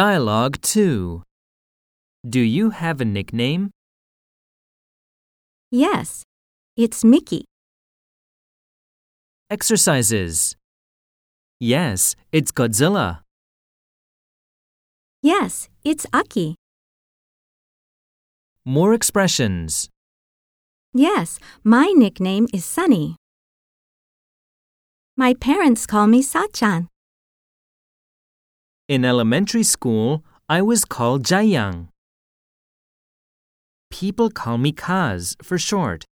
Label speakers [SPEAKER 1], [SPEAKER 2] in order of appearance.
[SPEAKER 1] Dialogue 2 Do you have a nickname?
[SPEAKER 2] Yes, it's Mickey.
[SPEAKER 1] Exercises. Yes, it's Godzilla.
[SPEAKER 2] Yes, it's Aki.
[SPEAKER 1] More expressions.
[SPEAKER 2] Yes, my nickname is Sunny. My parents call me Sachan.
[SPEAKER 1] In elementary school, I was called Jayang. People call me Kaz for short.